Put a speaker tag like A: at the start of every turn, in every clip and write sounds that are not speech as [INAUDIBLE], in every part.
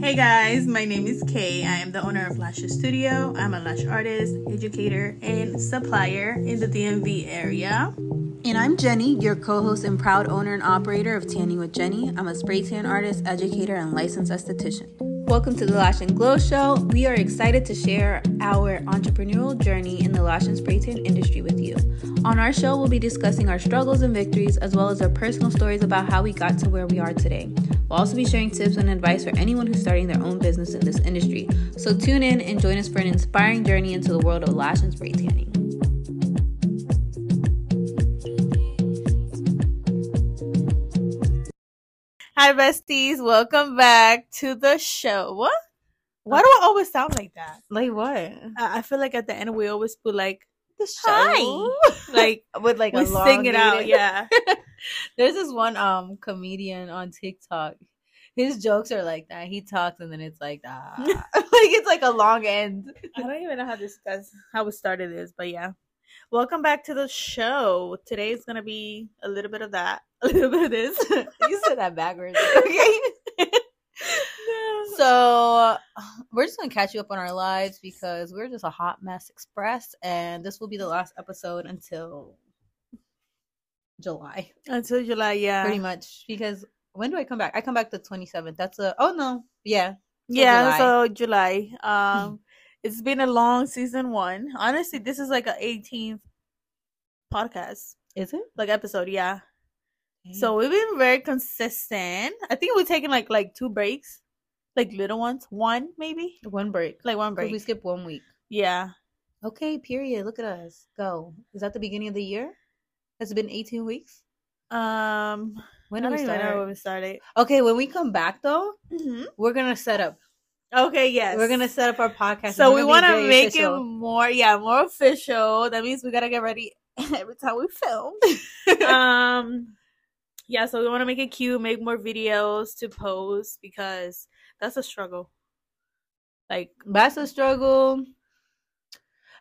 A: Hey guys, my name is Kay. I am the owner of Lashes Studio. I'm a lash artist, educator, and supplier in the DMV area.
B: And I'm Jenny, your co host and proud owner and operator of Tanning with Jenny. I'm a spray tan artist, educator, and licensed esthetician. Welcome to the Lash and Glow Show. We are excited to share our entrepreneurial journey in the lash and spray tan industry with you. On our show, we'll be discussing our struggles and victories, as well as our personal stories about how we got to where we are today. We'll also be sharing tips and advice for anyone who's starting their own business in this industry. So tune in and join us for an inspiring journey into the world of lash and spray tanning.
A: Hi, besties. Welcome back to the show. What? Why do I always sound like that?
B: Like what?
A: I I feel like at the end we always put like the show.
B: Hi.
A: [LAUGHS] Like
B: With like
A: we sing it out. [LAUGHS] Yeah.
C: There's this one um comedian on TikTok. His jokes are like that. He talks and then it's like
A: [LAUGHS]
C: ah, like it's like a long end.
A: I don't even know how this guys how we started this, but yeah. Welcome back to the show. Today is gonna be a little bit of that, [LAUGHS] a little bit of this.
C: You said that
A: [LAUGHS]
C: backwards. Okay. So we're just gonna catch you up on our lives because we're just a hot mess express, and this will be the last episode until July,
A: Until July, yeah.
C: pretty much. Because when do I come back? I come back the twenty seventh. That's a oh no, yeah,
A: yeah,
C: July.
A: so July. [LAUGHS] Um it's been a long season one. Honestly, this is like a eighteenth podcast.
C: is it?
A: Like episode, yeah. So we've been very consistent. I think we're taking like like two breaks. Like little ones. One maybe.
C: one break.
A: Like one break.
C: We skip one week.
A: yeah.
C: Okay, period. Look at us go. Is that the beginning of the year? Has it been 18 weeks?
A: Um
C: When do
A: I don't
C: we
A: even know
C: start?
A: where we started.
C: Okay, when we come back though,
A: Mm-hmm.
C: we're gonna set up.
A: Okay, yes.
C: We're gonna set up our podcast.
A: So
C: It's
A: we
C: gonna be
A: want to
C: very
A: make
C: official.
A: it more, yeah, more official. That means we gotta get ready [LAUGHS] every time we film.
C: [LAUGHS]
A: um, yeah. So we want to make it cute, make more videos to post because that's a struggle. Like,
C: that's a struggle.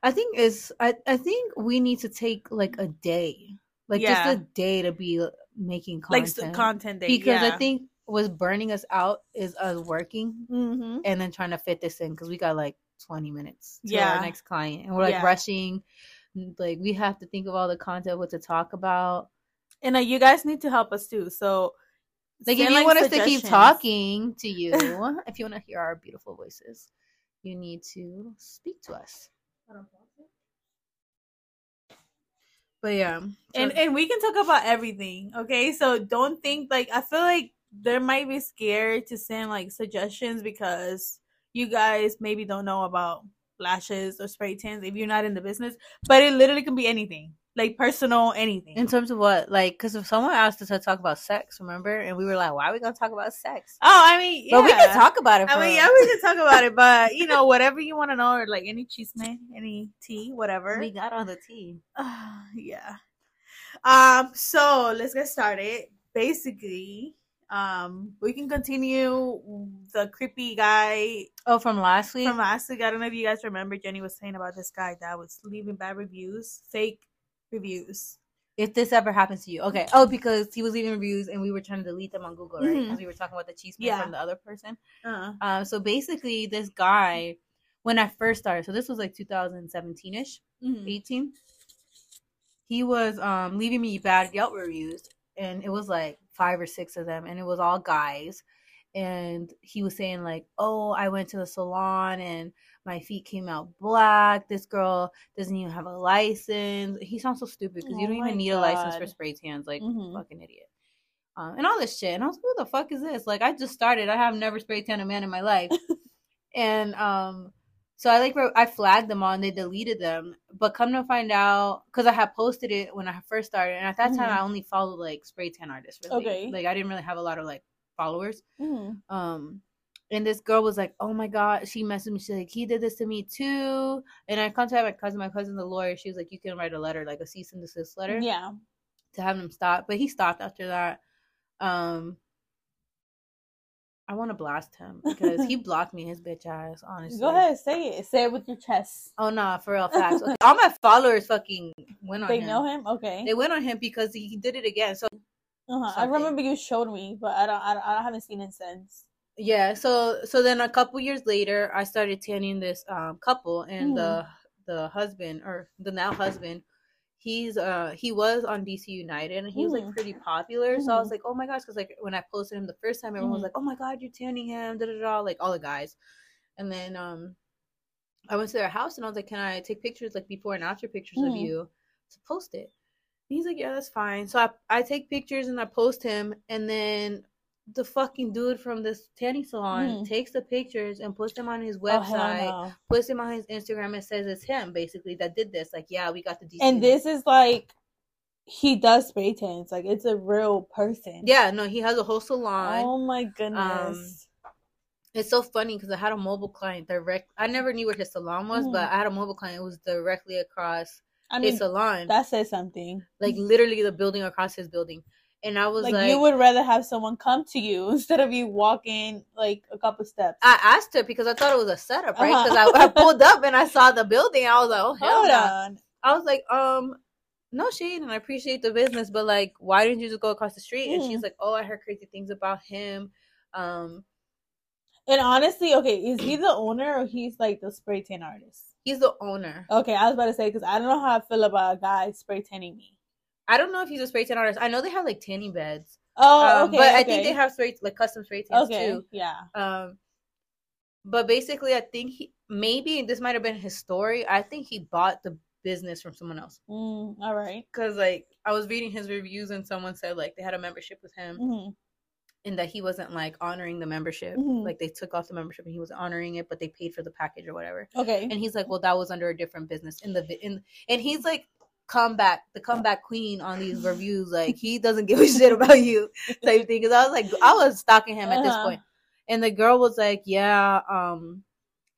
C: I think is I, I think we need to take like a day, like
A: Yeah.
C: just a day to be making
A: like
C: content.
A: s- content day
C: because
A: yeah.
C: I think what's burning us out is us working
A: hmm
C: and then trying to fit this in because we got like 20 minutes to
A: Yeah.
C: our next client and we're like
A: Yeah.
C: rushing like we have to think of all the content what to talk about
A: and uh, you guys need to help us too. So,
C: like if
A: send,
C: you want us to keep
A: suggestions.
C: talking
A: [LAUGHS]
C: to you if you want to hear our beautiful voices you need to speak to us but yeah
A: and and we can talk about everything okay so don't think like i feel like there might be scared to send like suggestions because you guys maybe don't know about lashes or spray tans if you're not in the business but it literally can be anything like personal anything
C: in terms of what like because if someone asked us to talk about sex remember and we were like why are we gonna talk about sex
A: oh i mean yeah.
C: but we can talk about it
A: I mean,
C: for-
A: yeah, we can talk about it, but you know, whatever you want to know, or like any chisme, any tea, whatever.
C: we got on the tea
A: Ah, yeah. Um, so let's get started. Basically, um, we can continue the creepy guy
C: oh from last week
A: from last week. I don't know if you guys remember Jenny was saying about this guy that was leaving bad reviews, fake reviews.
C: if this ever happens to you. Okay. Oh, because he was leaving reviews and we were trying to delete them on Google, right?
A: Mhm.
C: As we were talking about the cheese man
A: Yeah.
C: from the other person.
A: Uh,
C: Um, so basically, this guy, when I first started, so this was like 2017 ish,
A: mm-hmm.
C: 18, he was um, leaving me bad Yelp reviews, and it was like five or six of them, and it was all guys. And he was saying like, "Oh, I went to the salon and my feet came out black. This girl doesn't even have a license. He sounds so stupid because you
A: Oh
C: don't
A: my
C: even need a license for
A: God.
C: spray tans. Like,
A: Mhm.
C: fucking idiot." Um, and all this shit. And I was like, "Who the fuck is this? Like, I just started. I have never spray tan a man in my life." and um, so I like wrote- I flagged them all and they deleted them. But come to find out, because I had posted it when I first started, and at that time
A: Mhm.
C: I only followed like spray tan artists. Really.
A: Okay.
C: Like I didn't really have a lot of like followers.
A: Mm-hmm.
C: Um, and this girl was like, "Oh my god," she messaged me. She's like, "He did this to me too." And I contacted my cousin. My cousin's a lawyer. She was like, "You can write a letter, like a cease and desist letter."
A: Mm-hmm. Yeah.
C: to have him stop, but he stopped after that. Um, I want to blast
A: [LAUGHS]
C: him because he blocked me, his bitch ass. Honestly,
A: Go ahead, say it. Say it with your chest.
C: Oh no, for
A: [LAUGHS]
C: real facts. Okay, All my followers fucking went on
A: They
C: him.
A: know him. Okay.
C: They went on him because he he did it again. So
A: Uh-huh. I
C: something.
A: remember you showed me, but I don't, I don't, I haven't seen it since.
C: Yeah, so so then a couple years later, I started tanning this um, couple, and the the husband or the now husband, he's uh he was on DC United, and he was
A: Mhm.
C: like pretty popular. So I was
A: Mhm.
C: like, oh my gosh, because like when I posted him the first time, everyone was
A: Mhm.
C: like, oh my god, you're tanning him, da da da, like all the guys, and then um, I went to their house and I was like, can I take pictures like before and after pictures of
A: Mhm.
C: you to post it? And he's like, yeah, that's fine. So I I take pictures and I post him, and then the fucking dude from this tanning salon
A: Mm.
C: takes the pictures and puts them on his
A: Oh, hell
C: website,
A: no.
C: puts them on his Instagram, and says it's him basically that did this. Like, yeah, we got the DC.
A: And this is like, he does spray tans. Like it's a real person.
C: yeah, no, he has a whole salon.
A: Oh my
C: Um,
A: goodness.
C: It's so funny because I had a mobile client direct. I never knew where his salon was,
A: Mm.
C: but I had a mobile client. It was directly across
A: I mean,
C: his salon,
A: that says something.
C: like literally the building across his building. And I was
A: Like,
C: like,
A: you would rather have someone come to you [LAUGHS] instead of you walking like a couple steps.
C: I asked her because I thought it was a setup, right? Because
A: Uh-huh.
C: I, I pulled up and I saw the building. I was like, oh hell
A: Hold
C: no.
A: on.
C: I was like, um, no shade, and I appreciate the business, but like, why didn't you just go across the street?
A: Hmm.
C: And she's like, oh, I heard crazy things about him. Um,
A: And honestly, okay, is he the owner or he's like the spray tan artist?
C: he's the owner.
A: Okay, I was about to say because I don't know how I feel about a guy spray tanning me.
C: I don't know if he's a spray tan artist. I know they have like tanning beds.
A: Oh,
C: um,
A: okay,
C: but
A: okay.
C: I think they have spray like custom spray tans
A: okay,
C: too.
A: yeah.
C: Um, but basically, I think he maybe this might have been his story. I think he bought the business from someone else
A: Mm, all right.
C: because like I was reading his reviews and someone said like they had a membership with him.
A: Mhm.
C: and that he wasn't like honoring the membership.
A: Mhm.
C: Like they took off the membership and he was honoring it, but they paid for the package or whatever.
A: Okay.
C: And he's like, well, that was under a different business in the vi- in, and he's like comeback the comeback queen
A: [LAUGHS]
C: on these reviews. Like he doesn't give a shit about you type thing. Because I was like, I was stalking him at this
A: Uh-huh.
C: point, and the girl was like, yeah, um.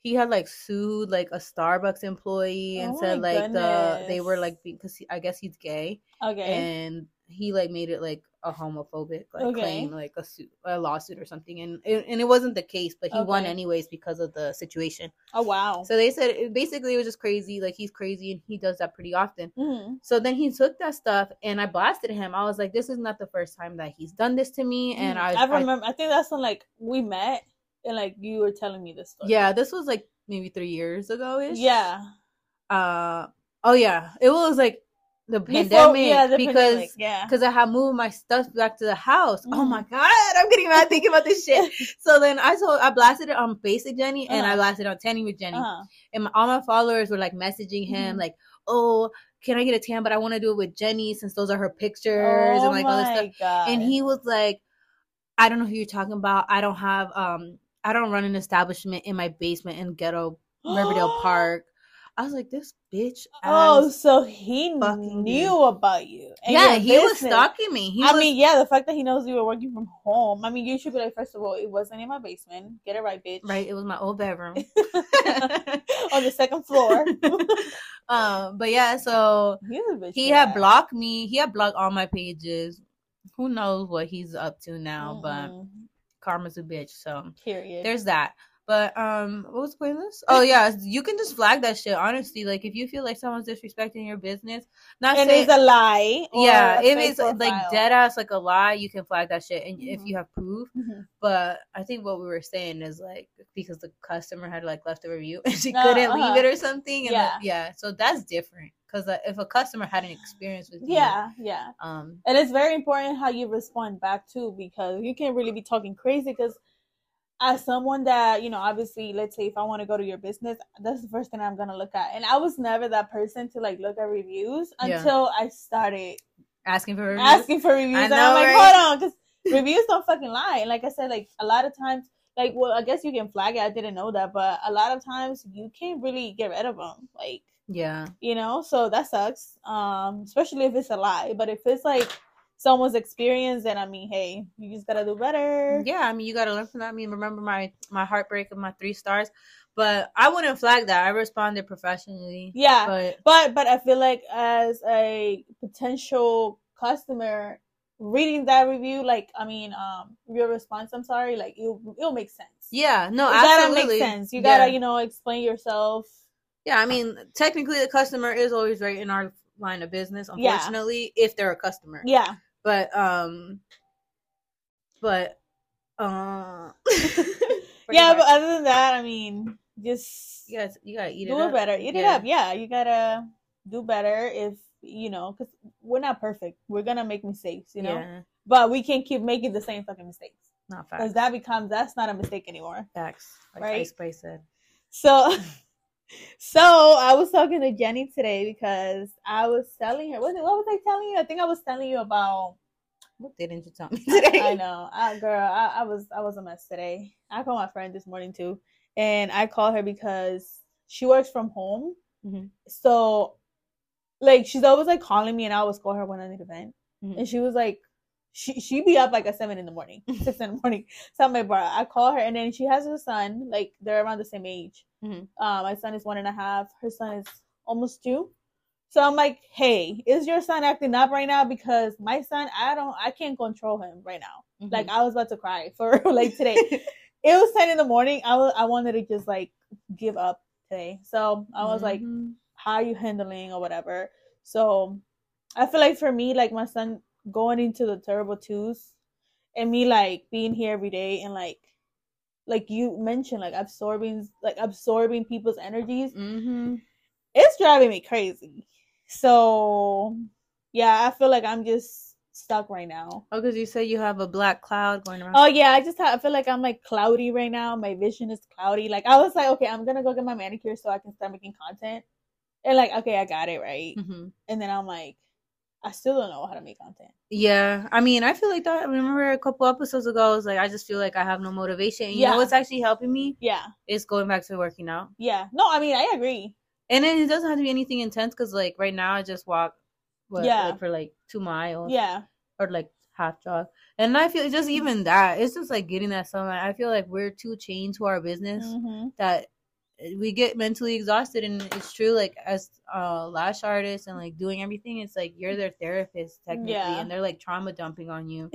C: He had like sued like a Starbucks employee and
A: Oh
C: said
A: my
C: like the they were
A: goodness.
C: like because he, I guess he's gay
A: okay.
C: and he like made it like a homophobic like
A: Okay.
C: claim like a suit a lawsuit or something and it, and it wasn't the case but he won
A: Okay.
C: anyways because of the situation
A: oh wow.
C: so they said it, basically it was just crazy like he's crazy and he does that pretty often
A: Mhm.
C: so then he took that stuff and i blasted him i was like this is not the first time that he's done this to me and
A: Mhm.
C: i,
A: I remember. I, think that's when like we met and like you were telling me this story.
C: yeah this was like maybe three years ago ish
A: Yeah.
C: uh oh yeah it was like the
A: Before-
C: pandemic
A: yeah, the
C: because
A: pandemic, yeah.
C: because I had moved my stuff back to the house. Oh
A: Mhm.
C: my god, I'm getting mad thinking about this shit. So then I told I blasted it on Basic Jenny and I
A: Uh-huh.
C: blasted on Tanning with Jenny,
A: Uh-huh.
C: and my, all my followers were like messaging him
A: Mhm.
C: like, "Oh, can I get a tan? But I want to do it with Jenny since those are her pictures
A: Oh
C: and like all this stuff."
A: my god.
C: And he was like, "I don't know who you're talking about. I don't have um, I don't run an establishment in my basement in ghetto
A: [GASPS]
C: Riverdale Park." I was like, "This bitch."
A: Oh,
C: ass
A: so he
C: fucking
A: knew about you. and
C: yeah,
A: your
C: he was
A: business.
C: stalking me. He
A: I
C: was
A: mean, yeah, the fact that he knows you were working from home. I mean, you should be like, first of all, it wasn't in my basement. Get it right, bitch.
C: Right, it was my
A: [LAUGHS]
C: old bedroom. [LAUGHS]
A: on the second floor.
C: um, but yeah, so
A: He, was a bitch
C: he
A: for
C: had
A: that.
C: blocked me. He had blocked all my pages. Who knows what he's up to now? But
A: Mm-mm.
C: karma's a bitch, so
A: Mm-hmm. period.
C: there's that. But um, what was the point of
A: [LAUGHS]
C: this? Oh yeah, you can just flag that shit. Honestly, like if you feel like someone's disrespecting your business, not
A: and
C: saying
A: it's a lie. or
C: yeah,
A: a
C: if
A: fake
C: it's like
A: profile.
C: dead ass like a lie, you can flag that shit, and if
A: Mhm.
C: you have proof.
A: Mhm.
C: But I think what we were saying is like because the customer had like left a review [LAUGHS] and she
A: No,
C: couldn't
A: uh-huh.
C: leave it or something. And yeah,
A: Yeah.
C: yeah. So that's different because uh, if a customer had an experience with you,
A: Yeah, yeah.
C: um,
A: And it's very important how you respond back too, because you can't really be talking crazy. Because as someone that you know, obviously, let's say if I want to go to your business, that's the first thing I'm gonna look at. And I was never that person to like look at reviews
C: Yeah.
A: until I started
C: asking for reviews.
A: asking for reviews.
C: I
A: and I'm
C: know,
A: like,
C: right?
A: hold on, because reviews don't fucking lie. And like I said, like a lot of times, like well, I guess you can flag it. I didn't know that, but a lot of times you can't really get rid of them. Like
C: yeah,
A: you know so that sucks um especially if it's a lie but if it's like someone's experience then i mean hey you just gotta do better
C: yeah. I mean, you gotta learn from that. I mean, remember my my heartbreak and my three stars, but I wouldn't flag that. I responded professionally.
A: yeah
C: But
A: but but i feel like as a potential customer reading that review like i mean um your response i'm sorry like it'll, it'll make sense
C: yeah, no,
A: you gotta make
C: absolutely.
A: sense you gotta
C: Yeah.
A: you know explain yourself
C: Yeah, I mean, technically, the customer is always right in our line of business.
A: Yeah.
C: Unfortunately, if they're a customer.
A: yeah
C: But um, but uh, [LAUGHS]
A: yeah, but uh, other than that, I mean, just
C: you guys, you gotta eat
A: do
C: it
A: it,
C: up.
A: better. Eat it
C: Yeah.
A: up. Yeah, you gotta do better if you know, because we're not perfect. We're gonna make mistakes, you know.
C: yeah,
A: But we can't keep making the same fucking mistakes
C: not facts.
A: because that becomes that's not a mistake anymore.
C: Facts, like
A: Right?
C: Ice Spice said.
A: So, [LAUGHS] so I was talking to Jenny today because I was telling her. What, what was I telling you? I think I was telling you about.
C: What didn't you tell me
A: [LAUGHS]
C: today? [LAUGHS]
A: I know, I, girl. I, I was I was a mess today. I called my friend this morning too, and I called her because she works from home.
C: Mhm.
A: So, like, she's always like calling me, and I always call her when I need an event.
C: Mhm.
A: And she was like, she she be up like at seven in the morning, six in the morning. So I'm like, bro, I call her, and then she has her son. Like they're around the same age.
C: Mhm.
A: Uh, my son is one and a half. Her son is almost two. So I'm like, hey, is your son acting up right now? Because my son, I don't, I can't control him right now.
C: Mm-hmm.
A: Like I was about to cry for [LAUGHS] like today.
C: [LAUGHS]
A: it was ten in the morning. I wa- I wanted to just like give up today. So I was like,
C: Mhm.
A: how are you handling or whatever. So I feel like for me, like my son going into the terrible twos and me like being here every day and like like you mentioned, like absorbing like absorbing people's energies mm-hmm.
C: Mhm.
A: it's driving me crazy. So yeah, I feel like I'm just stuck right now.
C: Oh, because you said you have a black cloud going around.
A: Oh yeah, I just ha- I feel like I'm like cloudy right now. My vision is cloudy. Like I was like, okay, I'm gonna go get my manicure so I can start making content. And like, okay, I got it right.
C: Mhm.
A: And then I'm like, I still don't know how to make content.
C: Yeah, I mean, I feel like that. I remember a couple episodes ago, I was like, I just feel like I have no motivation. And You
A: Yeah.
C: know what's actually helping me
A: Yeah,
C: is going back to working out.
A: yeah. No, I mean, I agree.
C: And then it doesn't have to be anything intense because, like, right now I just walk what,
A: Yeah.
C: like, for like two miles
A: Yeah,
C: or like half jog. And I feel just
A: Mm-hmm.
C: even that, it's just like getting that sunlight. I feel like we're too chained to our business
A: hmm
C: that we get mentally exhausted. And it's true, like, as uh, lash artists and like doing everything, it's like you're their therapist technically,
A: Yeah.
C: and they're like trauma dumping
A: [LAUGHS]
C: on you,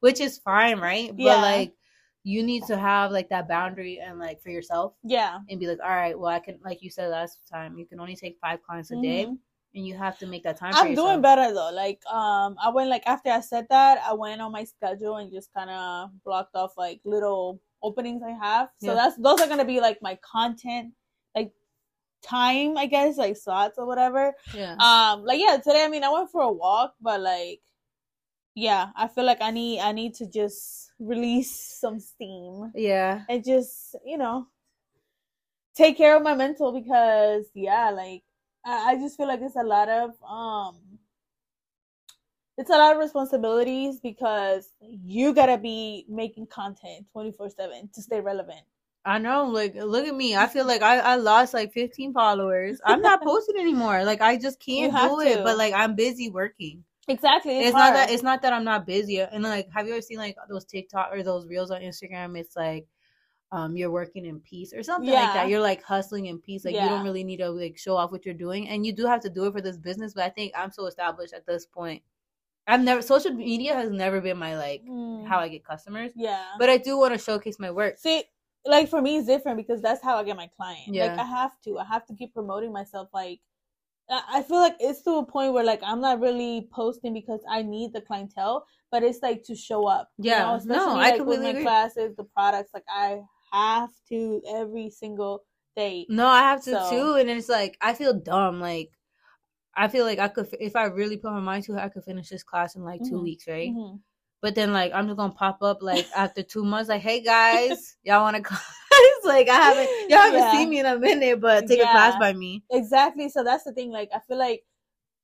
C: which is fine, right?
A: Yeah.
C: But like, you need to have like that boundary and like for yourself
A: yeah.
C: and be like, all right, well, I can, like you said last time, you can only take five clients a day,
A: Mhm.
C: and you have to make that time. for
A: I'm
C: yourself.
A: doing better though. Like, um, I went like after I said that, I went on my schedule and just kind of blocked off like little openings I have. So
C: Yeah.
A: that's those are gonna be like my content, like time, I guess, like slots or whatever.
C: Yeah.
A: Um, like yeah, today I mean I went for a walk, but like, yeah, I feel like I need I need to just release some steam
C: yeah.
A: and just you know take care of my mental because yeah like I, I just feel like it's a lot of um it's a lot of responsibilities because you gotta be making content 24 7 to stay relevant
C: I know. Like, look at me. I feel like I, I lost like 15 followers. I'm not posting anymore. Like, I just can't
A: You have
C: do it.
A: to.
C: But like, I'm busy working.
A: exactly
C: It's, not that. It's not that I'm not busy. And like, have you ever seen like those TikTok or those reels on Instagram? It's like. Um, you're working in peace or something like
A: Yeah.
C: that. You're like hustling in peace. Like you
A: Yeah.
C: don't really need to like show off what you're doing, and you do have to do it for this business. But I think I'm so established at this point. I've never social media has never been my like
A: Mm,
C: how I get customers,
A: yeah
C: but I do want to showcase my work.
A: see like for me it's different because that's how i get my client like
C: Yeah.
A: i have to i have to keep promoting myself like I I feel like it's to a point where like I'm not really posting because I need the clientele, but it's like to show up.
C: Yeah, no,
A: especially
C: I
A: like with
C: completely
A: my
C: agree.
A: classes, the products. Like I have to every single day.
C: No, I have to
A: So-
C: too, and it's like I feel dumb. Like I feel like I could, fi- if I really put my mind to it, I could finish this class in like two
A: Mhm.
C: weeks, right?
A: Mhm.
C: But then like I'm just gonna pop up like after two months, like, hey guys, y'all [LAUGHS] want to class? like I haven't, y'all haven't
A: Yeah.
C: seen me in a minute, but take a class
A: Yeah.
C: by me.
A: Exactly. So that's the thing. Like I feel like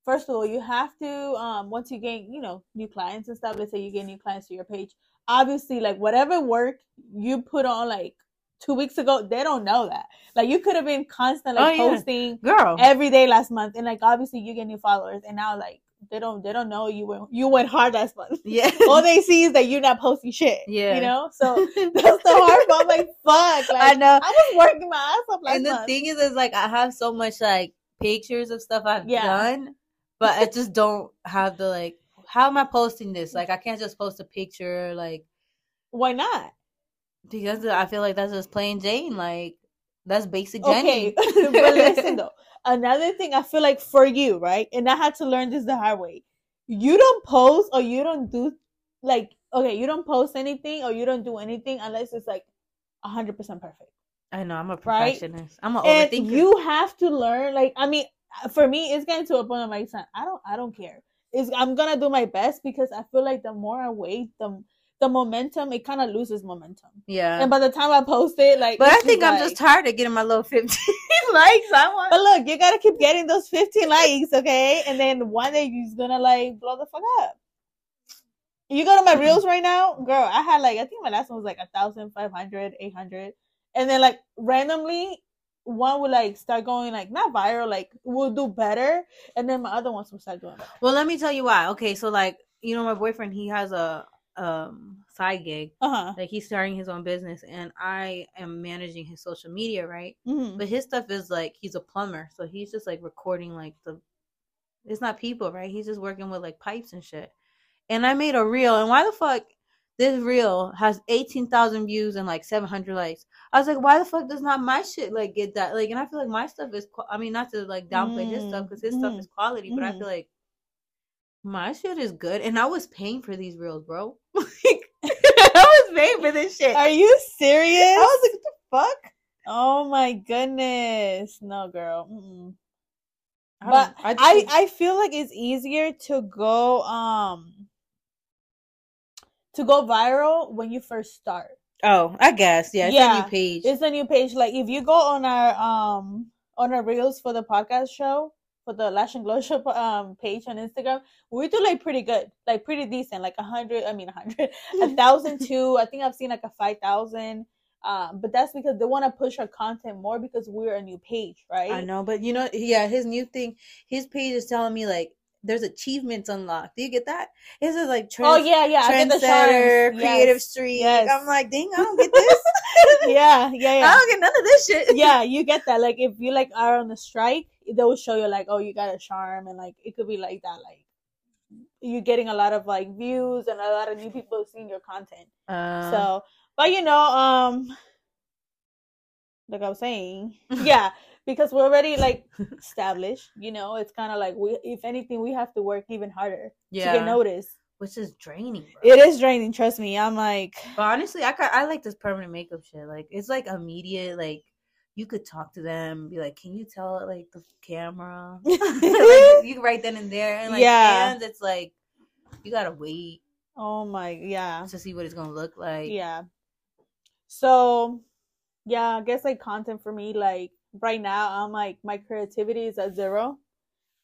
A: first of all, you have to um once you gain you know new clients and stuff. Let's say you get new clients to your page. Obviously, like whatever work you put on like two weeks ago, they don't know that. Like you could have been constant like
C: Oh, yeah.
A: posting.
C: Girl,
A: every day last month, and like obviously you get new followers, and now like they don't they don't know you went you went hard last
C: [LAUGHS]
A: month.
C: yeah,
A: All they see is that you're not posting shit.
C: Yeah.
A: you know.
C: [LAUGHS]
A: So that's the hard part. I'm like, fuck. [LAUGHS] Like,
C: I know.
A: I was working my ass off last
C: and the
A: month.
C: thing is, is like I have so much like pictures of stuff I've
A: Yeah.
C: done, but I just don't have the like. How am I posting this? Like I can't just post a picture, like
A: Why not?
C: because I feel like that's just plain Jane. Like that's basic
A: Okay,
C: Jenny.
A: [LAUGHS] but listen though. Another thing I feel like for you, right? And I had to learn this the hard way. you don't post or you don't do like okay, you don't post anything or you don't do anything unless it's like hundred percent perfect.
C: [LAUGHS] I know I'm a
A: Right?
C: perfectionist. I'm an
A: And
C: overthinker.
A: you have to learn. Like I mean, for me, it's getting to a point of my son. I don't. I don't care. Is I'm gonna do my best because I feel like the more I wait, the the momentum it kind of loses momentum.
C: yeah,
A: And by the time I post it, like,
C: but I
A: it's
C: think I'm
A: like-
C: just tired of getting my little 15 [LAUGHS] likes. I want.
A: But look, you gotta keep getting those 15 likes, okay? And then one day you're just gonna like blow the fuck up. You go to
C: Mm-hmm.
A: my reels right now, girl. I had like I think my last one was like a thousand five hundred, eight hundred, and then like randomly one would like start going like not viral, like will do better, and then my other ones will start doing better.
C: Well, let me tell you why. Okay, so like you know, my boyfriend he has a um side gig.
A: Uh huh.
C: Like he's starting his own business, and I am managing his social media, right?
A: hmm
C: But his stuff is like he's a plumber, so he's just like recording like the. It's not people, right? He's just working with like pipes and shit. And I made a reel, and why the fuck this reel has eighteen thousand views and like seven hundred likes? I was like, why the fuck does not my shit like get that? Like, and I feel like my stuff is. Qu- I mean, not to like downplay his stuff
A: Mm,
C: because his stuff
A: mm,
C: is quality, but I
A: mhm.
C: feel like my shit is good. And I was paying for these reels, bro. [LAUGHS] like, I was paying for this shit.
A: Are you serious?
C: I was like, what the fuck?
A: Oh my goodness, no, girl. Mm-mm.
C: I
A: but
C: don't-
A: I,
C: just
A: I
C: think-
A: feel like it's easier to go um to go viral when you first start.
C: Oh, I guess. Yeah, it's a
A: Yeah,
C: new page.
A: It's a new page. Like if you go on our um on our reels for the podcast show for the Lash and Glow [LAUGHS] show um page on Instagram, we do like pretty good, like pretty decent, like a hundred. I mean, a hundred, [LAUGHS]
C: [LAUGHS]
A: a thousand two. I think I've seen like a five thousand. Um, but that's because they want to push our content more because we're a new page, right?
C: I know, but you know, yeah, his new thing, his page is telling me like there's achievements unlocked. Do you get that? It says like
A: Oh
C: trans-
A: yeah, yeah. I get the
C: trendsetter,
A: charms.
C: creative
A: Yes.
C: streak.
A: yes.
C: I'm like, dang,
A: [LAUGHS]
C: I don't get this.
A: yeah, yeah,
C: I [LAUGHS]
A: yeah.
C: don't get none of this shit.
A: [LAUGHS]
C: [LAUGHS]
A: yeah, you get that. Like if you like are on a strike, they will show you like, oh, you got a charm, and like it could be like that. Like you're getting a lot of like views and a lot of new people seeing your content.
C: Uh,
A: so, but you know, um, like I was saying,
C: [LAUGHS]
A: yeah, because we're already like established. You know, it's kind of like we, if anything, we have to work even harder to
C: yeah,
A: get noticed.
C: which is draining. Bro.
A: It is draining. Trust me. I'm like, [LAUGHS]
C: But honestly, I ca- I like this permanent makeup shit. Like it's like immediate. Like you could talk to them, be like, "Can you tell like the camera?" [LAUGHS] [LAUGHS]
A: [LAUGHS]
C: like, you right then and there, and like
A: Yeah.
C: hands, it's like you gotta wait
A: oh my, yeah.
C: to see what it's gonna look like.
A: yeah so yeah i guess like content for me like right now i'm like my creativity is at zero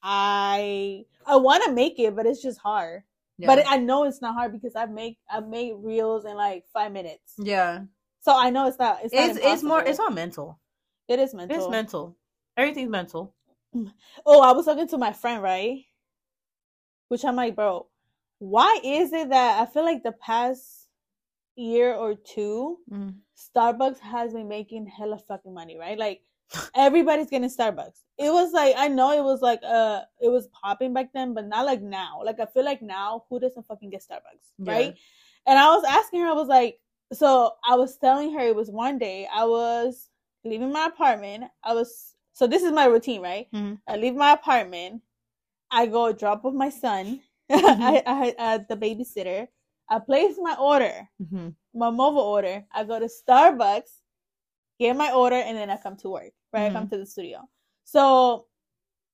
A: i i want to make it but it's just hard
C: yeah.
A: but i know it's not hard because i've made i've made reels in like five minutes
C: yeah,
A: so i know it's not it's not
C: Mm-hmm. it's it's more it's
A: impossible.
C: all mental.
A: it is mental.
C: It's mental. Everything's mental.
A: oh i was talking to my friend right which i'm like bro why is it that i feel like the past year or two Starbucks has been making hella fucking money, right? Like everybody's getting Starbucks. It was like I know it was like uh it was popping back then, but not like now. Like I feel like now who doesn't fucking get Starbucks,
C: Yeah.
A: right? And I was asking her, I was like, so I was telling her it was one day I was leaving my apartment. I was so this is my routine, right?
C: Mhm.
A: I leave my apartment, I go drop off my son, [LAUGHS] I, I at the babysitter, I place my order
C: Mm-hmm.
A: my mobile order. I go to Starbucks, get my order, and then I come to work. Right,
C: Mhm.
A: I come to the studio. So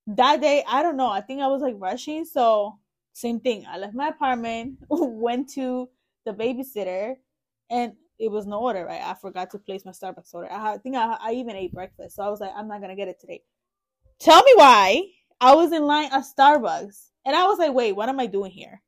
A: that day, I don't know. I think I was like rushing. So same thing. I left my apartment, [LAUGHS] went to the babysitter, and it was no order. Right, I forgot to place my Starbucks order. I, I think I, I even ate breakfast, so I was like, I'm not gonna get it today. Tell me why I was in line at Starbucks, and I was like, wait, what am I doing here?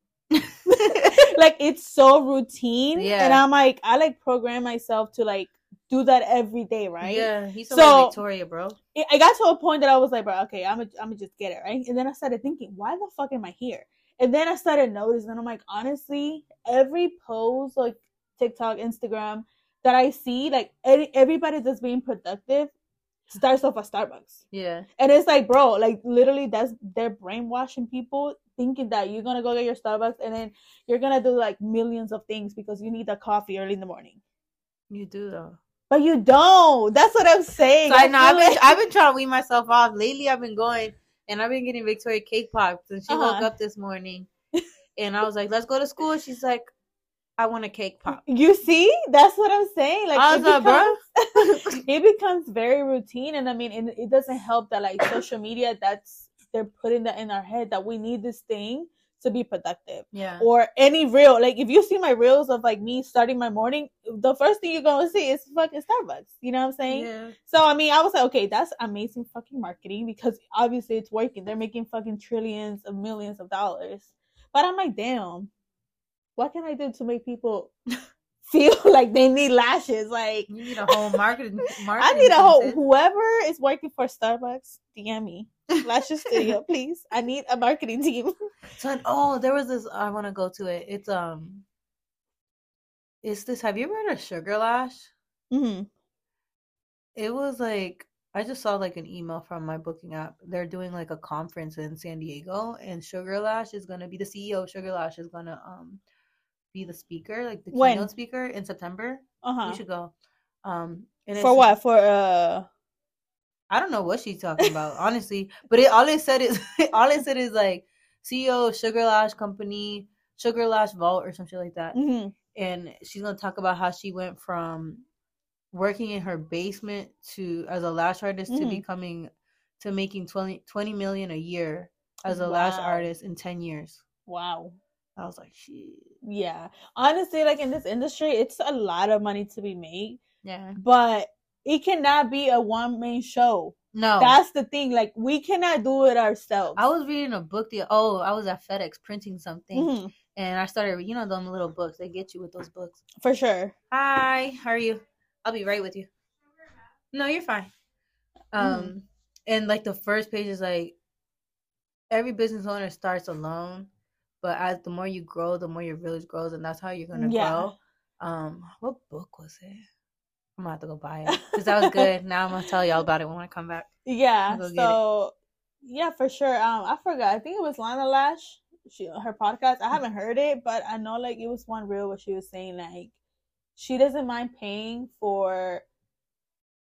A: like it's so routine
C: Yeah.
A: and i'm like i like program myself to like do that every day right
C: Yeah, he's so,
A: So-
C: like Victoria, bro.
A: it, i got to a point that i was like bro okay i'm gonna I'm just get it right and then i started thinking why the fuck am i here and then i started noticing i'm like honestly every post like tiktok instagram that i see like any, everybody that's being productive starts off at starbucks
C: Yeah,
A: and it's like, bro, like literally, that's they're brainwashing people thinking that you're gonna go get your Starbucks and then you're gonna do like millions of things because you need a coffee early in the morning.
C: you do though.
A: But you don't. That's what I'm saying.
C: So I know I've
A: feel
C: been,
A: like-
C: I've been trying to wean myself off. Lately, I've been going and I've been getting Victoria cake pops. And she woke
A: Uh-huh. [LAUGHS]
C: up this morning and I was like, "Let's go to school." She's like, "I want a cake pop."
A: You see, that's what I'm saying. [LAUGHS] Like,
C: I
A: it
C: was like, "Bruh."
A: becomes- it becomes very routine, and I mean, it, it doesn't help that like social media. That's they're putting that in our head that we need this thing to be productive.
C: [LAUGHS] Yeah.
A: [LAUGHS] Or any reel, like if you see my reels of like me starting my morning, the first thing you're gonna see is fucking Starbucks. You know what I'm saying?
C: Yeah.
A: So I mean, I was like, okay, that's amazing fucking marketing because obviously it's working. They're making fucking trillions of millions of dollars. But I'm like, damn, what can I do to make people [LAUGHS] feel [LAUGHS] like they need lashes? Like
C: You need a whole marketing.
A: [LAUGHS] I
C: marketing
A: need a whole
C: content.
A: whoever is working for Starbucks, DM
C: [LAUGHS]
A: me. Lashes Studio, please. I need a marketing team. [LAUGHS]
C: Son, oh, there was this. I want to go to it. It's um, it's this. Have you ever heard of Sugar Lash?
A: Mhm.
C: It was like I just saw like an email from my booking app. They're doing like a conference in San Diego, and Sugar Lash is gonna be the CEO. of Sugar Lash is gonna um, be the speaker, like the
A: When?
C: keynote speaker in September.
A: Uh
C: You should go. Um, and
A: huh. For
C: it's-
A: what? For uh.
C: I don't know what she's talking about, honestly. But it all it said is [LAUGHS] all it said is like CEO of Sugar Lash Company, Sugar Lash Vault, or some shit like that.
A: mhm.
C: And she's gonna talk about how she went from working in her basement to as a lash artist to
A: Mhm.
C: becoming to making 20, 20 million a year as a lash
A: Wow.
C: artist in ten years.
A: Wow.
C: I was like, shit.
A: Yeah. Honestly, like in this industry, it's a lot of money to be made.
C: Yeah.
A: but it cannot be a one man show.
C: No.
A: That's the thing. Like we cannot do it ourselves.
C: Oh. I was reading a book the oh, I was at FedEx printing something
A: Mhm,
C: and I started you know them little books. They get you with those books.
A: for sure.
C: Hi, how are you? I'll be right with you. No, you're fine. Um, and like the first page is like every business owner starts alone, but as the more you grow, the more your village grows, and that's how you're gonna
A: Yeah.
C: grow. Um, what book was it? I'm gonna have to go buy [LAUGHS] it because that was good. now I'm gonna tell y'all about it when I come back.
A: Yeah.
C: I'll go get it.
A: So yeah, for sure. Um, I forgot. I think it was Lana Lash. She her podcast. I haven't heard it, but I know like it was one reel where she was saying like she doesn't mind paying for.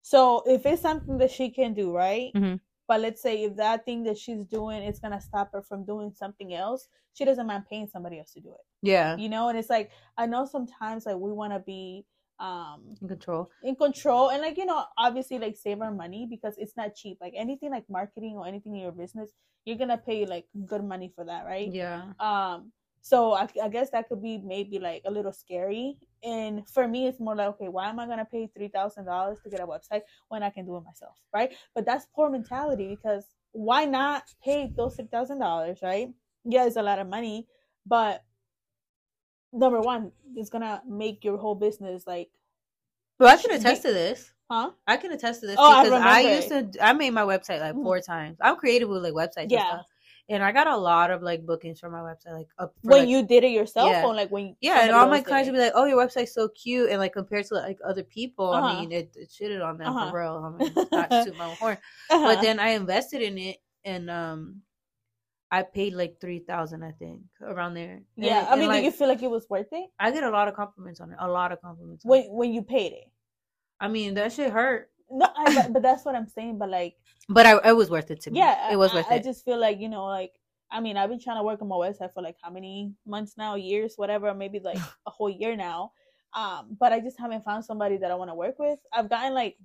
A: So if it's something that she can do, right?
C: Mhm.
A: But let's say if that thing that she's doing is gonna stop her from doing something else, she doesn't mind paying somebody else to do it.
C: Yeah,
A: you know and it's like i know sometimes like we want to be um
C: in control.
A: in control and like you know obviously like save our money because it's not cheap like anything like marketing or anything in your business you're gonna pay like good money for that right
C: Yeah,
A: um so I, I guess that could be maybe like a little scary and for me it's more like okay why am i gonna pay $3000 to get a website when i can do it myself right but that's poor mentality because why not pay those $3000 right yeah it's a lot of money but number one it's gonna make your whole business like
C: well, I can attest to this.
A: huh
C: I can attest to this
A: Oh, I
C: because I,
A: remember
C: used to I made my website like
A: Mhm.
C: four times. I'm creative with like websites
A: Yeah.
C: and stuff. And I got a lot of like bookings for my website, like up for,
A: when
C: like-
A: you did it yourself
C: Yeah.
A: or like when
C: yeah, and
A: somebody
C: all my
A: else did
C: clients
A: it?
C: would be like, "Oh, your website's so cute," and like compared to like other people,
A: Uh-huh.
C: I mean, it, it shitted on them
A: Uh-huh.
C: for real. I mean,
A: [LAUGHS]
C: it's not to toot my own horn,
A: Uh-huh.
C: but then I invested in it, and um, I paid like three thousand, I think, around there. And-
A: yeah i
C: and,
A: mean
C: like,
A: do you feel like it was worth it
C: I get a lot of compliments on it, a lot of compliments. on
A: when
C: it.
A: when you paid it
C: I mean, that shit hurt,
A: No, I, but, but that's what I'm saying. But like,
C: but I it was worth it to me.
A: yeah,
C: it was
A: I,
C: worth
A: I
C: it.
A: just feel like you know, like I mean, I've been trying to work on my website for like how many months now, years, whatever, maybe
C: [SIGHS]
A: like a whole year now. Um, but I just haven't found somebody that I want to work with. I've gotten like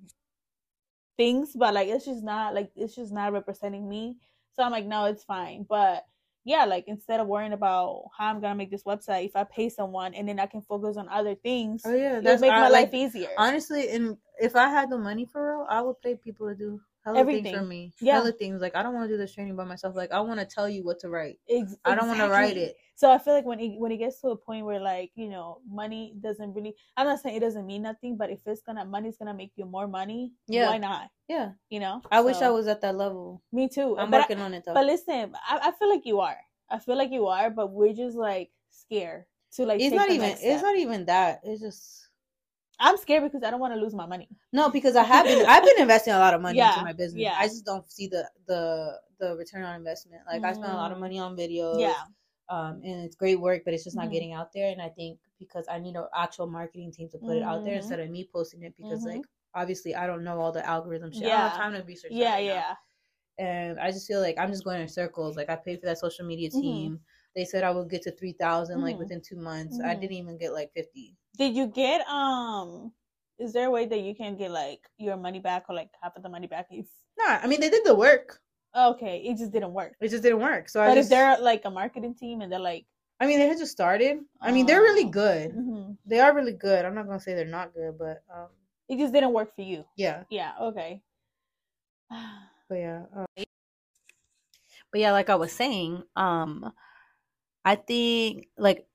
A: things, but like it's just not like it's just not representing me. So I'm like, no, it's fine. But yeah, like instead of worrying about how I'm gonna make this website, if I pay someone and then I can focus on other things,
C: Oh yeah,
A: it'll
C: that's
A: make
C: I-
A: my
C: like,
A: life easier.
C: Honestly, and if I had the money for real, I would pay people to do hella things for
A: Everything.
C: me.
A: Yeah.
C: Hella things like I don't want to do this training by myself. Like I want to tell you what to write.
A: Ex-
C: I don't want to write
A: exactly.
C: it.
A: So I feel like when it when it gets to a point where like you know money doesn't really I'm not saying it doesn't mean nothing, but if it's gonna money's gonna make you more money,
C: Yeah.
A: why not?
C: Yeah,
A: You know,
C: I wish I
A: So,
C: was at that level.
A: Me too.
C: I'm
A: but I-
C: working on it though.
A: but listen, I, I feel like you are. I feel like you are, but we're just like scared to like.
C: it's
A: take
C: not
A: the
C: even.
A: next
C: It's
A: step.
C: not even that. It's just
A: I'm scared because I don't want to lose my money.
C: no because I have been.
A: [LAUGHS]
C: I've been investing a lot of money
A: Yeah,
C: into my business.
A: yeah.
C: I just don't see the the the return on investment. Like I spent a lot of
A: Mm.
C: money on videos.
A: yeah.
C: um, and it's great work, but it's just not
A: Mhm.
C: getting out there. And I think because I need an actual marketing team to put it out there
A: Mhm.
C: instead of me posting it,
A: Mhm.
C: because like obviously I don't know all the algorithm shit. I don't have
A: Yeah.
C: time to research. that
A: Yeah.
C: right now.
A: Yeah.
C: And I just feel like I'm just going in circles. Like I paid for that social media
A: Mhm.
C: team. They said I would get to three like
A: Mhm.
C: within two months. I
A: Mhm.
C: didn't even get like fifty.
A: Did you get um? Is there a way that you can get like your money back or like half of the money back? If
C: Nah, I mean they did the work.
A: okay, it just didn't work.
C: It just didn't work. So I
A: But
C: just
A: if they're like a marketing team and they're like,
C: I mean they had just started. I mean they're really
A: Oh.
C: good.
A: mhm,
C: They are really good. I'm not gonna say they're not good, but um
A: it just didn't work for you.
C: yeah.
A: Yeah. Okay. [SIGHS]
C: But yeah. Um, but yeah, like I was saying, um I think like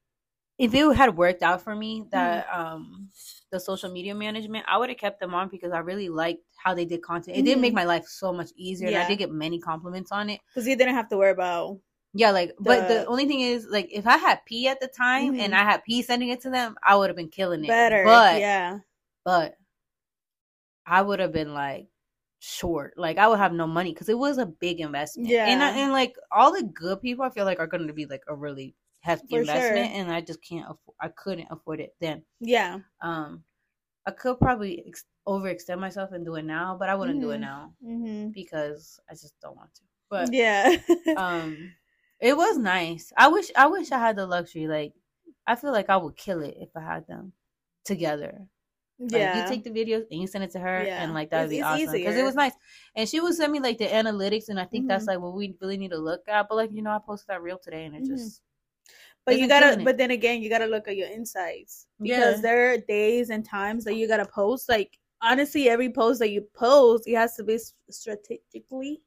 C: if it had worked out for me that um the social media management, I would have kept them on because I really liked how they did content. It did make
A: Mhm.
C: my life so much easier. And
A: Yeah.
C: I did get many compliments on it.
A: Because you didn't have to worry about.
C: Yeah, like, but the
A: The-
C: only thing is, like, if I had P at the time and
A: Mhm.
C: I had P sending it to them, I would have been killing it.
A: Better,
C: but
A: yeah.
C: but I would have been like short. Like, I would have no money because it was a big investment. and I,
A: Yeah.
C: and like all the good people, I feel like are going to be like a really hefty
A: For
C: investment,
A: sure.
C: and I just can't. Afford, I couldn't afford it then.
A: Yeah.
C: Um, I could probably ex- overextend myself and do it now, but I wouldn't do it
A: Mhm.
C: now
A: Mm-hmm.
C: because I just don't want to. But
A: yeah.
C: um it was nice i wish i wish i had the luxury like i feel like i would kill it if i had them together like
A: [LAUGHS] yeah.
C: you take the videos and you send it to her
A: Yeah.
C: and like that would
A: It's-
C: be
A: it's
C: awesome because it
A: easier.
C: was nice and she would send me like the analytics and i think that's
A: Mhm.
C: like what we really need to look at but like you know i posted that reel today and it
A: Mhm.
C: just
A: but
C: They've
A: you
C: been
A: gotta
C: killing it.
A: but then again you gotta look at your insights because
C: Yeah.
A: there are days and times that you gotta post like honestly every post that you post it has to be s- strategically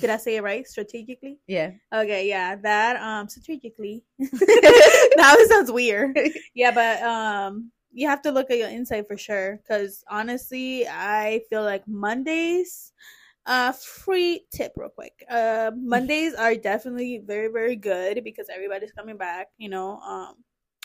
A: did i say it right strategically
C: yeah
A: okay yeah that um strategically now it sounds weird yeah but um you have to look at your insight for sure because honestly i feel like mondays uh free tip real quick uh mondays are definitely very very good because everybody's coming back you know um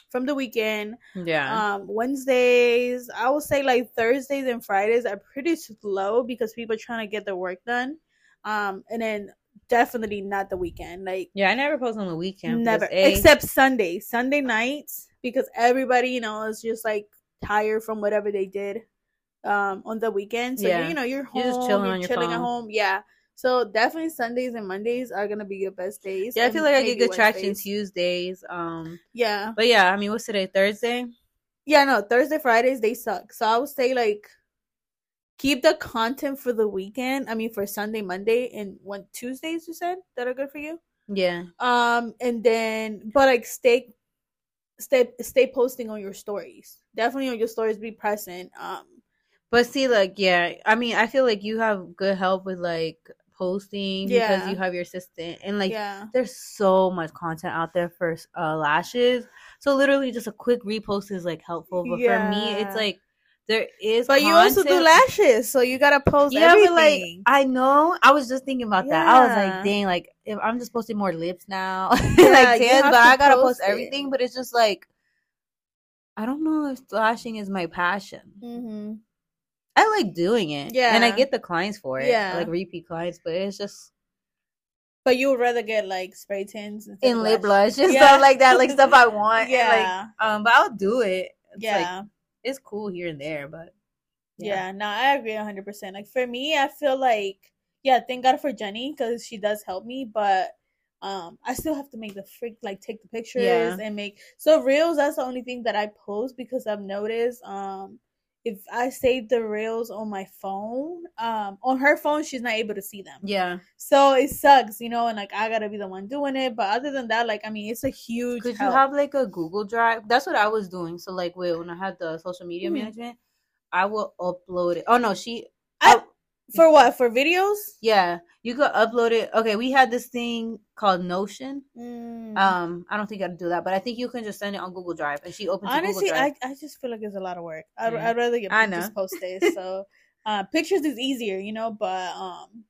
A: from the weekend
C: yeah
A: um wednesdays i would say like thursdays and fridays are pretty slow because people are trying to get their work done um and then definitely not the weekend like
C: yeah i never post on the weekend because,
A: Never,
C: A,
A: except Sunday, Sunday nights, because everybody you know is just like tired from whatever they did um on the weekend. So
C: Yeah.
A: you know you're home,
C: You're
A: you're
C: just
A: chilling,
C: chilling on your
A: at
C: phone.
A: home. Yeah. So definitely Sundays and Mondays are gonna be your best days.
C: yeah i
A: and
C: feel like i get
A: maybe
C: good traction
A: Wednesdays.
C: tuesdays um
A: Yeah,
C: but yeah i mean what's today thursday
A: yeah. No, Thursday, Fridays they suck. So I would say like keep the content for the weekend. I mean for Sunday, Monday, and when Tuesdays you said that are good for you.
C: yeah
A: um and then but like stay stay stay posting on your stories definitely on your stories be present um
C: But see, like, yeah, I mean, I feel like you have good help with like posting because
A: Yeah.
C: you have your assistant, and like,
A: yeah
C: there's so much content out there for uh, lashes. So literally, just a quick repost is like helpful. But for me,
A: Yeah.
C: it's like there is,
A: but you also do
C: content-
A: lashes so you gotta post
C: Yeah, but like,
A: everything
C: I know. I was just thinking about that. I was
A: Yeah.
C: like, dang, like if I'm just posting more lips now, [LAUGHS]
A: Yeah,
C: like
A: you
C: tans,
A: have
C: but
A: to
C: I gotta
A: post
C: post,
A: it.
C: everything. But it's just like, I don't know if lashing is my passion.
A: mm-hmm.
C: I like doing it. And I
A: Yeah.
C: get the clients for it.
A: Yeah.
C: Like repeat clients, but it's just
A: but you would rather get like spray tins and
C: in lip blush and
A: Yeah.
C: stuff like that. Like stuff I
A: [LAUGHS]
C: want. and,
A: yeah
C: like um but I'll do it. It's
A: yeah
C: like it's cool here and there, but
A: Yeah, no, I agree 100%. Like for me, I feel like yeah, thank God for Jenny cuz she does help me, but um I still have to make the freak like take the pictures
C: Yeah.
A: and make so reels that's the only thing that I post because I've noticed um if I save the reels on my phone, um on her phone she's not able to see them.
C: Yeah.
A: So it sucks, you know, and like I got to be the one doing it, but other than that like I mean, it's a huge
C: Could you
A: help.
C: have like a Google Drive? That's what I was doing. So like wait, when I had the social media
A: Mhm.
C: management, I will upload it. Oh no, she
A: I- for what? For videos?
C: yeah, you could upload it. Okay, we had this thing called Notion.
A: Mm.
C: Um, I don't think I would do that, but I think you can just send it on Google Drive, and she opens. the
A: Honestly,
C: Google Drive.
A: I, I just feel like it's a lot of work. I'd,
C: Yeah.
A: I'd rather get
C: I
A: pictures
C: know. [LAUGHS]
A: posted. So uh, pictures is easier, you know. But um,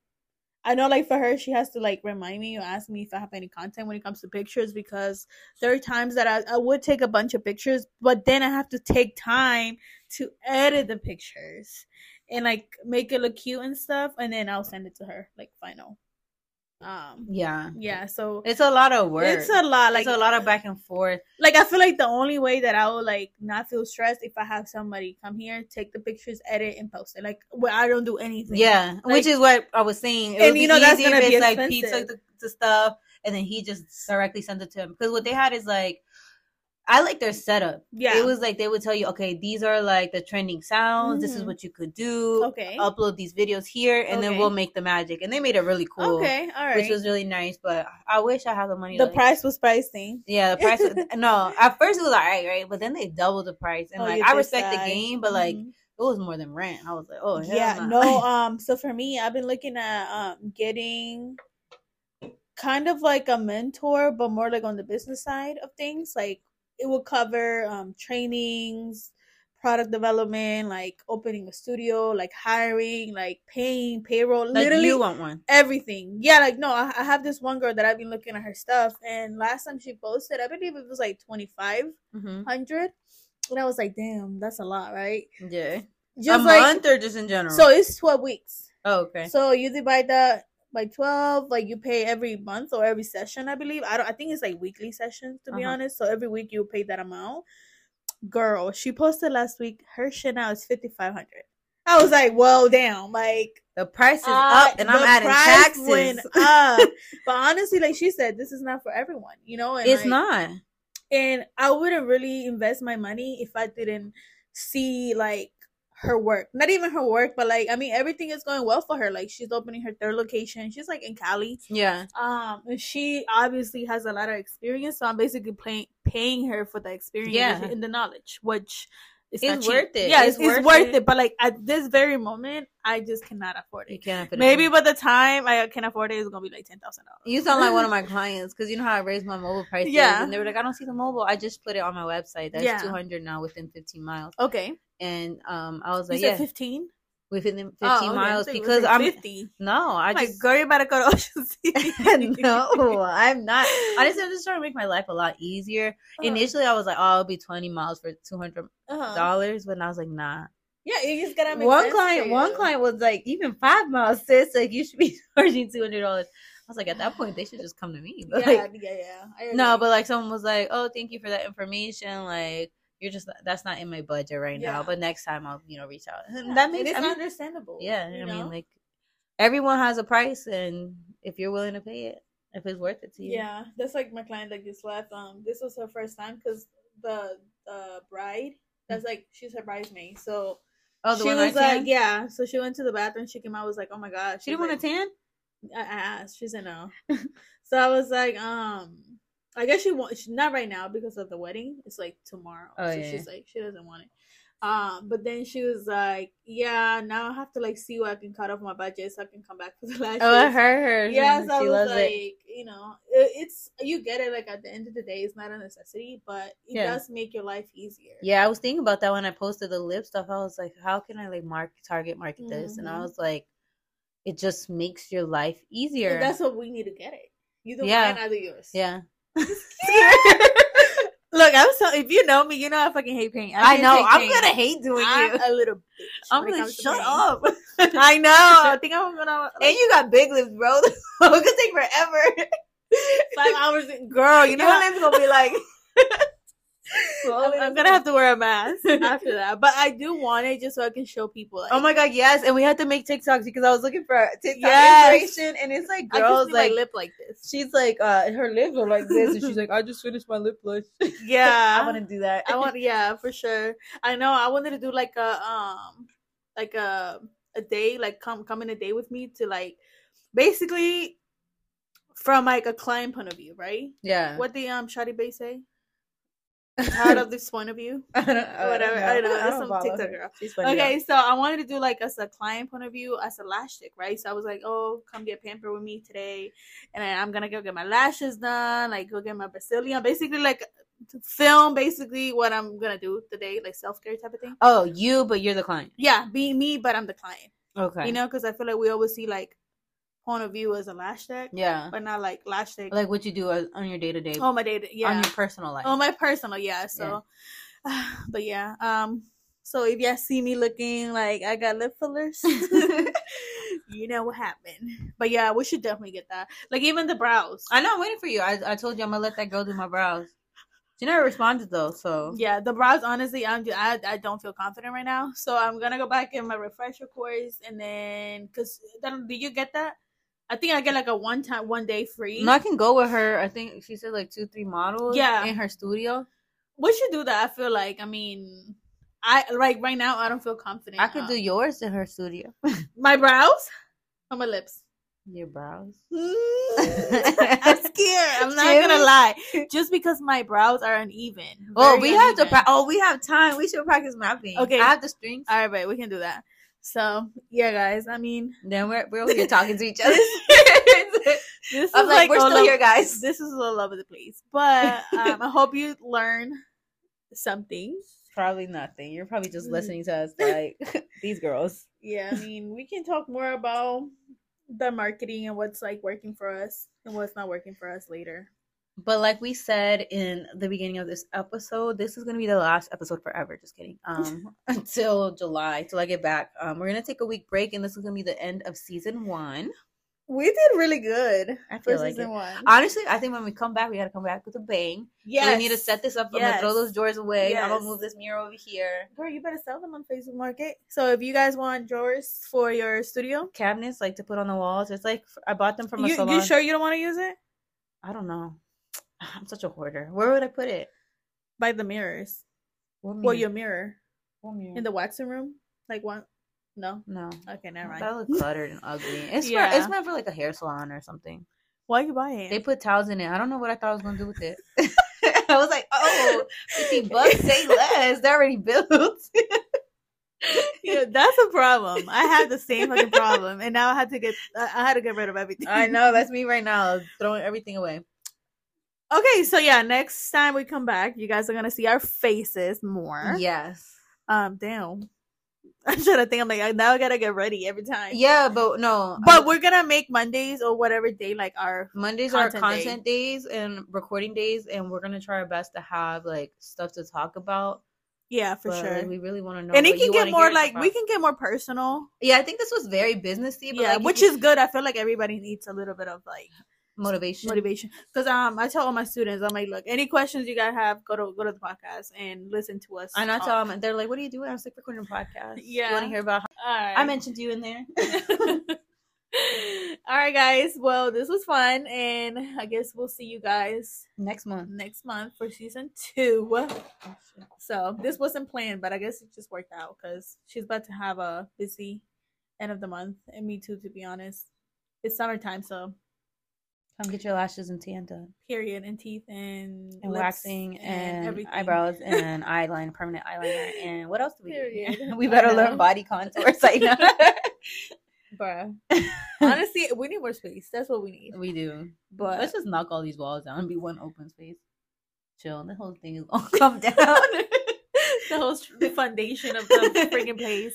A: I know like for her, she has to like remind me or ask me if I have any content when it comes to pictures because there are times that I, I would take a bunch of pictures, but then I have to take time to edit the pictures and like make it look cute and stuff, and then I'll send it to her like final. Um,
C: Yeah.
A: yeah. So
C: It's a lot of work.
A: it's a lot. Like
C: it's a lot of back and forth.
A: like I feel like the only way that I would like not feel stressed if I have somebody come here, take the pictures, edit, and post it. Like where I don't do anything.
C: Yeah, which is what I was saying. It
A: And
C: would be
A: you know that's
C: easier
A: gonna
C: if
A: be
C: it's like he took
A: expensive.
C: the, the stuff and then he just directly sent it to him. Because what they had is like, I like their setup.
A: Yeah.
C: It was like they would tell you, okay, these are like the trending sounds. This is
A: Mhm.
C: what you could do.
A: okay.
C: Upload these videos here, and then
A: Okay.
C: we'll make the magic. And they made it really cool,
A: Okay. All right.
C: which was really nice. But I wish I had the money. to,
A: the
C: like,
A: price was pricing.
C: Yeah, the
A: [LAUGHS]
C: price. was- no, at first it was all right, right? But then they doubled the price, and
A: Oh,
C: like
A: you
C: I
A: did
C: respect the
A: that.
C: game, but like
A: Mhm.
C: it was more than rent. I was like, oh hell
A: yeah,
C: nah. [LAUGHS]
A: no. Um, so for me, I've been looking at um getting kind of like a mentor, but more like on the business side of things. Like it will cover um trainings, product development, like opening a studio, like hiring, like paying payroll,
C: like
A: literally
C: you want one.
A: everything. Yeah, like no, I, I have this one girl that I've been looking at her stuff, and last time she posted, I believe it was like twenty five
C: Mm-hmm.
A: hundred, and I was like, damn, that's a lot, right?
C: Yeah.
A: Just
C: a
A: like
C: month or just in general?
A: so, it's twelve weeks.
C: oh, okay.
A: So you divide that by twelve, like you pay every month or every session, I believe. I don't. I think it's like weekly sessions, to be
C: Uh-huh.
A: honest. So every week you pay that amount. Girl, she posted last week. Her shit now is fifty five hundred. I was like, well, damn, like
C: The price is
A: uh,
C: up, and
A: the
C: I'm adding
A: price
C: taxes.
A: went
C: [LAUGHS]
A: up. but honestly, like she said, this is not for everyone, you know. And
C: it's
A: like,
C: not.
A: and I wouldn't really invest my money if I didn't see like her work. Not even her work, but like I mean everything is going well for her. Like she's opening her third location. She's like in Cali.
C: Yeah.
A: Um and she obviously has a lot of experience, so I'm basically paying paying her for the experience
C: Yeah.
A: and the knowledge, which is
C: It's
A: not cheap.
C: worth it.
A: Yeah,
C: It's
A: it's, it's
C: worth
A: worth
C: it.
A: it. But like at this very moment, I just cannot afford
C: You
A: it.
C: can't. afford it.
A: Maybe by the time I can afford it, it's gonna be like ten thousand dollars.
C: um, You sound
A: [LAUGHS]
C: like one of my clients because you know how I raised my mobile prices,
A: Yeah.
C: and they were like, "I don't see the mobile. I just put it on my website. That's
A: Yeah.
C: 200 now within 15 miles."
A: [LAUGHS] Okay,
C: And um, I was
A: you
C: like,
A: said
C: "Yeah,
A: fifteen.
C: within 15
A: Oh, okay. I
C: miles
A: thought you
C: because
A: said
C: I'm
A: 50.
C: no, I
A: my
C: just
A: girl, you better
C: [LAUGHS]
A: [LAUGHS] go to Ocean City.
C: no, I'm not. Honestly, I'm just trying to make my life a lot easier. Initially, I was like, "Oh, it'll be 20 miles for 200
A: Uh-huh.
C: dollars," but then I was like, "Nah,
A: yeah, you just gotta make
C: one
A: sense
C: client
A: for
C: one
A: you.
C: client was like even five miles sis like you should be [LAUGHS] charging two hundred dollars i was like at that point they should just come to me [LAUGHS] but
A: Yeah,
C: like
A: yeah, yeah. I agree.
C: no but like someone was like oh thank you for that information like you're just that's not in my budget right now
A: Yeah.
C: but next time i'll you know reach out
A: Yeah,
C: that
A: and
C: makes
A: it's
C: I mean,
A: understandable.
C: yeah
A: you
C: i
A: know?
C: mean like everyone has a price and if you're willing to pay it if it's worth it to you
A: yeah, that's like my client that just left. Um, this was her first time because the the bride that's like she's her bridesmaid, so
C: oh the
A: she
C: one
A: was
C: I
A: like,
C: tan?
A: yeah. So she went to the bathroom. She came out was like, oh my god,
C: she didn't want
A: to.
C: to tan
A: I I asked. She said no. so I was like, um, I guess she wants not right now because of the wedding. It's like tomorrow.
C: Oh,
A: so
C: yeah.
A: she's like, she doesn't want it. Um, but then she was like, yeah, now I have to like see what I can cut off my budget so I can come back for the lashes.
C: oh it hurt her
A: Yeah,
C: she
A: so I was
C: loves
A: like,
C: it
A: you know, it, it's you get it. Like at the end of the day, it's not a necessity, but it
C: Yeah.
A: does make your life easier.
C: Yeah, I was thinking about that when I posted the lip stuff. I was like, how can I like mark target market this? And I
A: Mhm.
C: was like, it just makes your life easier.
A: And that's what we need to get it. You do
C: Yeah.
A: mine, I do yours.
C: yeah.
A: [LAUGHS] Look, I'm so. If you know me, you know I fucking hate pain.
C: I
A: can't
C: know.
A: take
C: I'm
A: pain.
C: gonna hate doing
A: I'm
C: you.
A: a little bitch.
C: [LAUGHS] I'm
A: when it
C: gonna
A: comes to
C: shut
A: pain.
C: [LAUGHS] up.
A: I know. I think I'm gonna [LAUGHS]
C: and you got big lips, bro. [LAUGHS] it's gonna take forever.
A: five hours, in- girl. You know,
C: Your
A: what?
C: lips gonna be [LAUGHS] like
A: I'm, I'm
C: [LAUGHS]
A: gonna have to wear a mask after that. But I do want it just so I can show people. Like,
C: Oh my god, yes. And we had to make TikToks because I was looking for TikTok
A: Yes.
C: inspiration and it's like
A: I girls
C: girls like
A: my lip like this.
C: she's like uh her lips are like this and she's [LAUGHS] like, I just finished my lip blush.
A: [LAUGHS] Yeah,
C: I wanna do that.
A: [LAUGHS] I want. Yeah, for sure. I know. I wanted to do like a um, like a a day, like come come in a day with me to like, basically, from like a client point of view, right?
C: [LAUGHS] Yeah.
A: What the um Shadi Bay say? Out of this point of view.
C: [LAUGHS] Oh, I don't,
A: Whatever, I know, it's
C: don't
A: some
C: follow
A: TikTok
C: her.
A: girl.
C: She's funny.
A: Okay, so I wanted to do like as a client point of view, as a lash stick, right? So I was like, oh, come get pampered with me today, and then I'm gonna go get my lashes done, like go get my Brazilian, basically like to film basically what I'm gonna do today, like self care type of thing.
C: Oh, you, but you're the client.
A: Yeah, be me, but I'm the client,
C: Okay.
A: you know, because I feel like we always see like point of view as a lash stick,
C: Yeah.
A: but not like lash stick.
C: Like what you do on on your day to day,
A: oh my day, yeah,
C: Oh, on your personal
A: [SIGHS]
C: life.
A: Oh, my personal, yeah. So, but yeah. Um, So if y'all see me looking like I got lip
C: [LAUGHS]
A: fillers, [LAUGHS] you know what happened. But yeah, we should definitely get that. Like even the brows.
C: I know I'm waiting for you. I, I told you I'm gonna let that girl do my brows. She never responded though, so
A: Yeah, the brows. Honestly, I'm. ju- I, I don't feel confident right now, so I'm gonna go back in my refresher course, and then cause then do you get that? I think I get like a one time, one day free.
C: no, I can go with her. I think she said like two, three models.
A: Yeah.
C: in her studio,
A: we should do that. I feel like. I mean, I like right now. I don't feel confident.
C: I could
A: Uh,
C: do yours in her studio.
A: my brows on my lips.
C: Your [LAUGHS] brows.
A: I'm scared. I'm not
C: Jimmy.
A: gonna lie. Just because my brows are uneven.
C: Oh,
A: Very
C: we have to.
A: uneven.
C: Pra- oh, we have time. We should practice mapping.
A: Okay.
C: I have the strings.
A: All right, but we can do that. So yeah, guys. I mean,
C: Then we're we're over [LAUGHS] here talking to each other. [LAUGHS]
A: this
C: I'm
A: is
C: like,
A: like
C: we're
A: all
C: still
A: over-
C: here, guys.
A: This is all over the place, but um, I hope you learn something.
C: probably nothing. You're probably just
A: Mm.
C: listening to [LAUGHS] us like these girls.
A: Yeah, I mean, we can talk more about the marketing and what's like working for us and what's not working for us later.
C: But like we said in the beginning of this episode, this is gonna be the last episode forever. Just kidding. [LAUGHS] Um, until July, till I get back. Um, we're gonna take a week break, and this is gonna be the end of season one.
A: We did really good
C: I
A: for
C: feel like
A: season
C: it.
A: one.
C: Honestly, I think when we come back, we gotta come back with a bang. Yeah,
A: yes.
C: we need to set this up. I'm gonna
A: Yes.
C: throw those drawers away. I'm
A: Yes.
C: gonna move this mirror over here.
A: Girl, you better sell them on Facebook Market. So if you guys want drawers for your studio,
C: Cabinets like to put on the walls. It's like I bought them from a
A: you,
C: salon.
A: you sure you don't want to use it?
C: I don't know. [SIGHS] I'm such a hoarder. Where would I put it?
A: By the mirrors.
C: What
A: Well,
C: mirror?
A: your mirror
C: What mirror?
A: in the waxing room, like one. No,
C: no.
A: okay, never mind.
C: That [LAUGHS] look cluttered and ugly. It's
A: Yeah.
C: for, it's meant for like a hair salon or something.
A: Why you buy it?
C: They put towels in it. I don't know what I thought I was gonna do with it. [LAUGHS] I was like, oh, 50 [LAUGHS] bucks, say less. They're already built.
A: yeah, that's a problem. I had the same fucking problem, and now I had to get I I had to get rid of everything.
C: [LAUGHS] I know, that's me right now, throwing everything away.
A: [LAUGHS] Okay, so yeah, next time we come back, you guys are gonna see our faces more.
C: Yes.
A: Um, damn. [LAUGHS] I'm trying to think. I'm like, I, now I gotta get ready every time.
C: Yeah, but no. Um,
A: But we're gonna make Mondays or whatever day like our
C: Mondays are
A: Content
C: our
A: day.
C: content days and recording days, and we're gonna try our best to have like stuff to talk about.
A: yeah for
C: but,
A: sure.
C: like, we really want to know.
A: and it
C: what
A: can
C: you
A: get
C: wanna
A: more
C: hear
A: like we
C: about.
A: can get more personal.
C: Yeah, I think this was very businessy, but
A: Yeah,
C: like,
A: which is good. I feel like everybody needs a little bit of like
C: motivation.
A: motivation because um I tell all my students I'm like, look, any questions you guys have, go to go to the podcast and listen to us.
C: And I
A: talk.
C: tell them, they're like, "What are you doing?" I was like, "Recording a podcast." you want
A: Yeah.
C: to hear about? How-
A: All right.
C: I mentioned you in there.
A: [LAUGHS] All right, guys. Well, this was fun, and I guess we'll see you guys
C: [LAUGHS] Next month.
A: next month for season two.
C: Oh, shit.
A: So this wasn't planned, but I guess it just worked out because she's about to have a busy end of the month, and me too, to be honest. It's summertime, so
C: Come get your lashes and tan done,
A: period, and teeth, and,
C: and
A: lips
C: waxing, and,
A: everything.
C: eyebrows, [LAUGHS] and eyeliner, permanent eyeliner, and what else do we? Do?
A: Period.
C: [LAUGHS] we better
A: I
C: learn
A: know.
C: body contours right now. [LAUGHS]
A: Bruh. Honestly, we need more space. That's what we need.
C: we do.
A: But [LAUGHS]
C: Let's just knock all these walls down and be one open space. Chill. The whole thing is [LAUGHS] gonna come down.
A: the whole s- the foundation of
C: [LAUGHS]
A: the freaking place.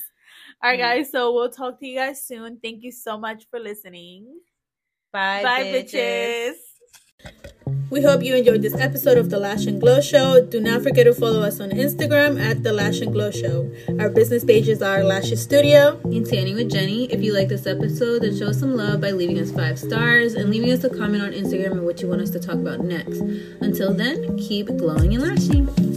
A: All right,
C: Mm.
A: guys. So we'll talk to you guys soon. Thank you so much for listening.
C: Bye,
A: Bye, bitches. We hope you enjoyed this episode of The Lash and Glow Show. Do not forget to follow us on Instagram at The Lash and Glow Show. Our business pages are Lashes Studio.
B: In Tanning with Jenny, if you like this episode, then show us some love by leaving us five stars and leaving us a comment on Instagram and what you want us to talk about next. Until then, keep glowing and lashing.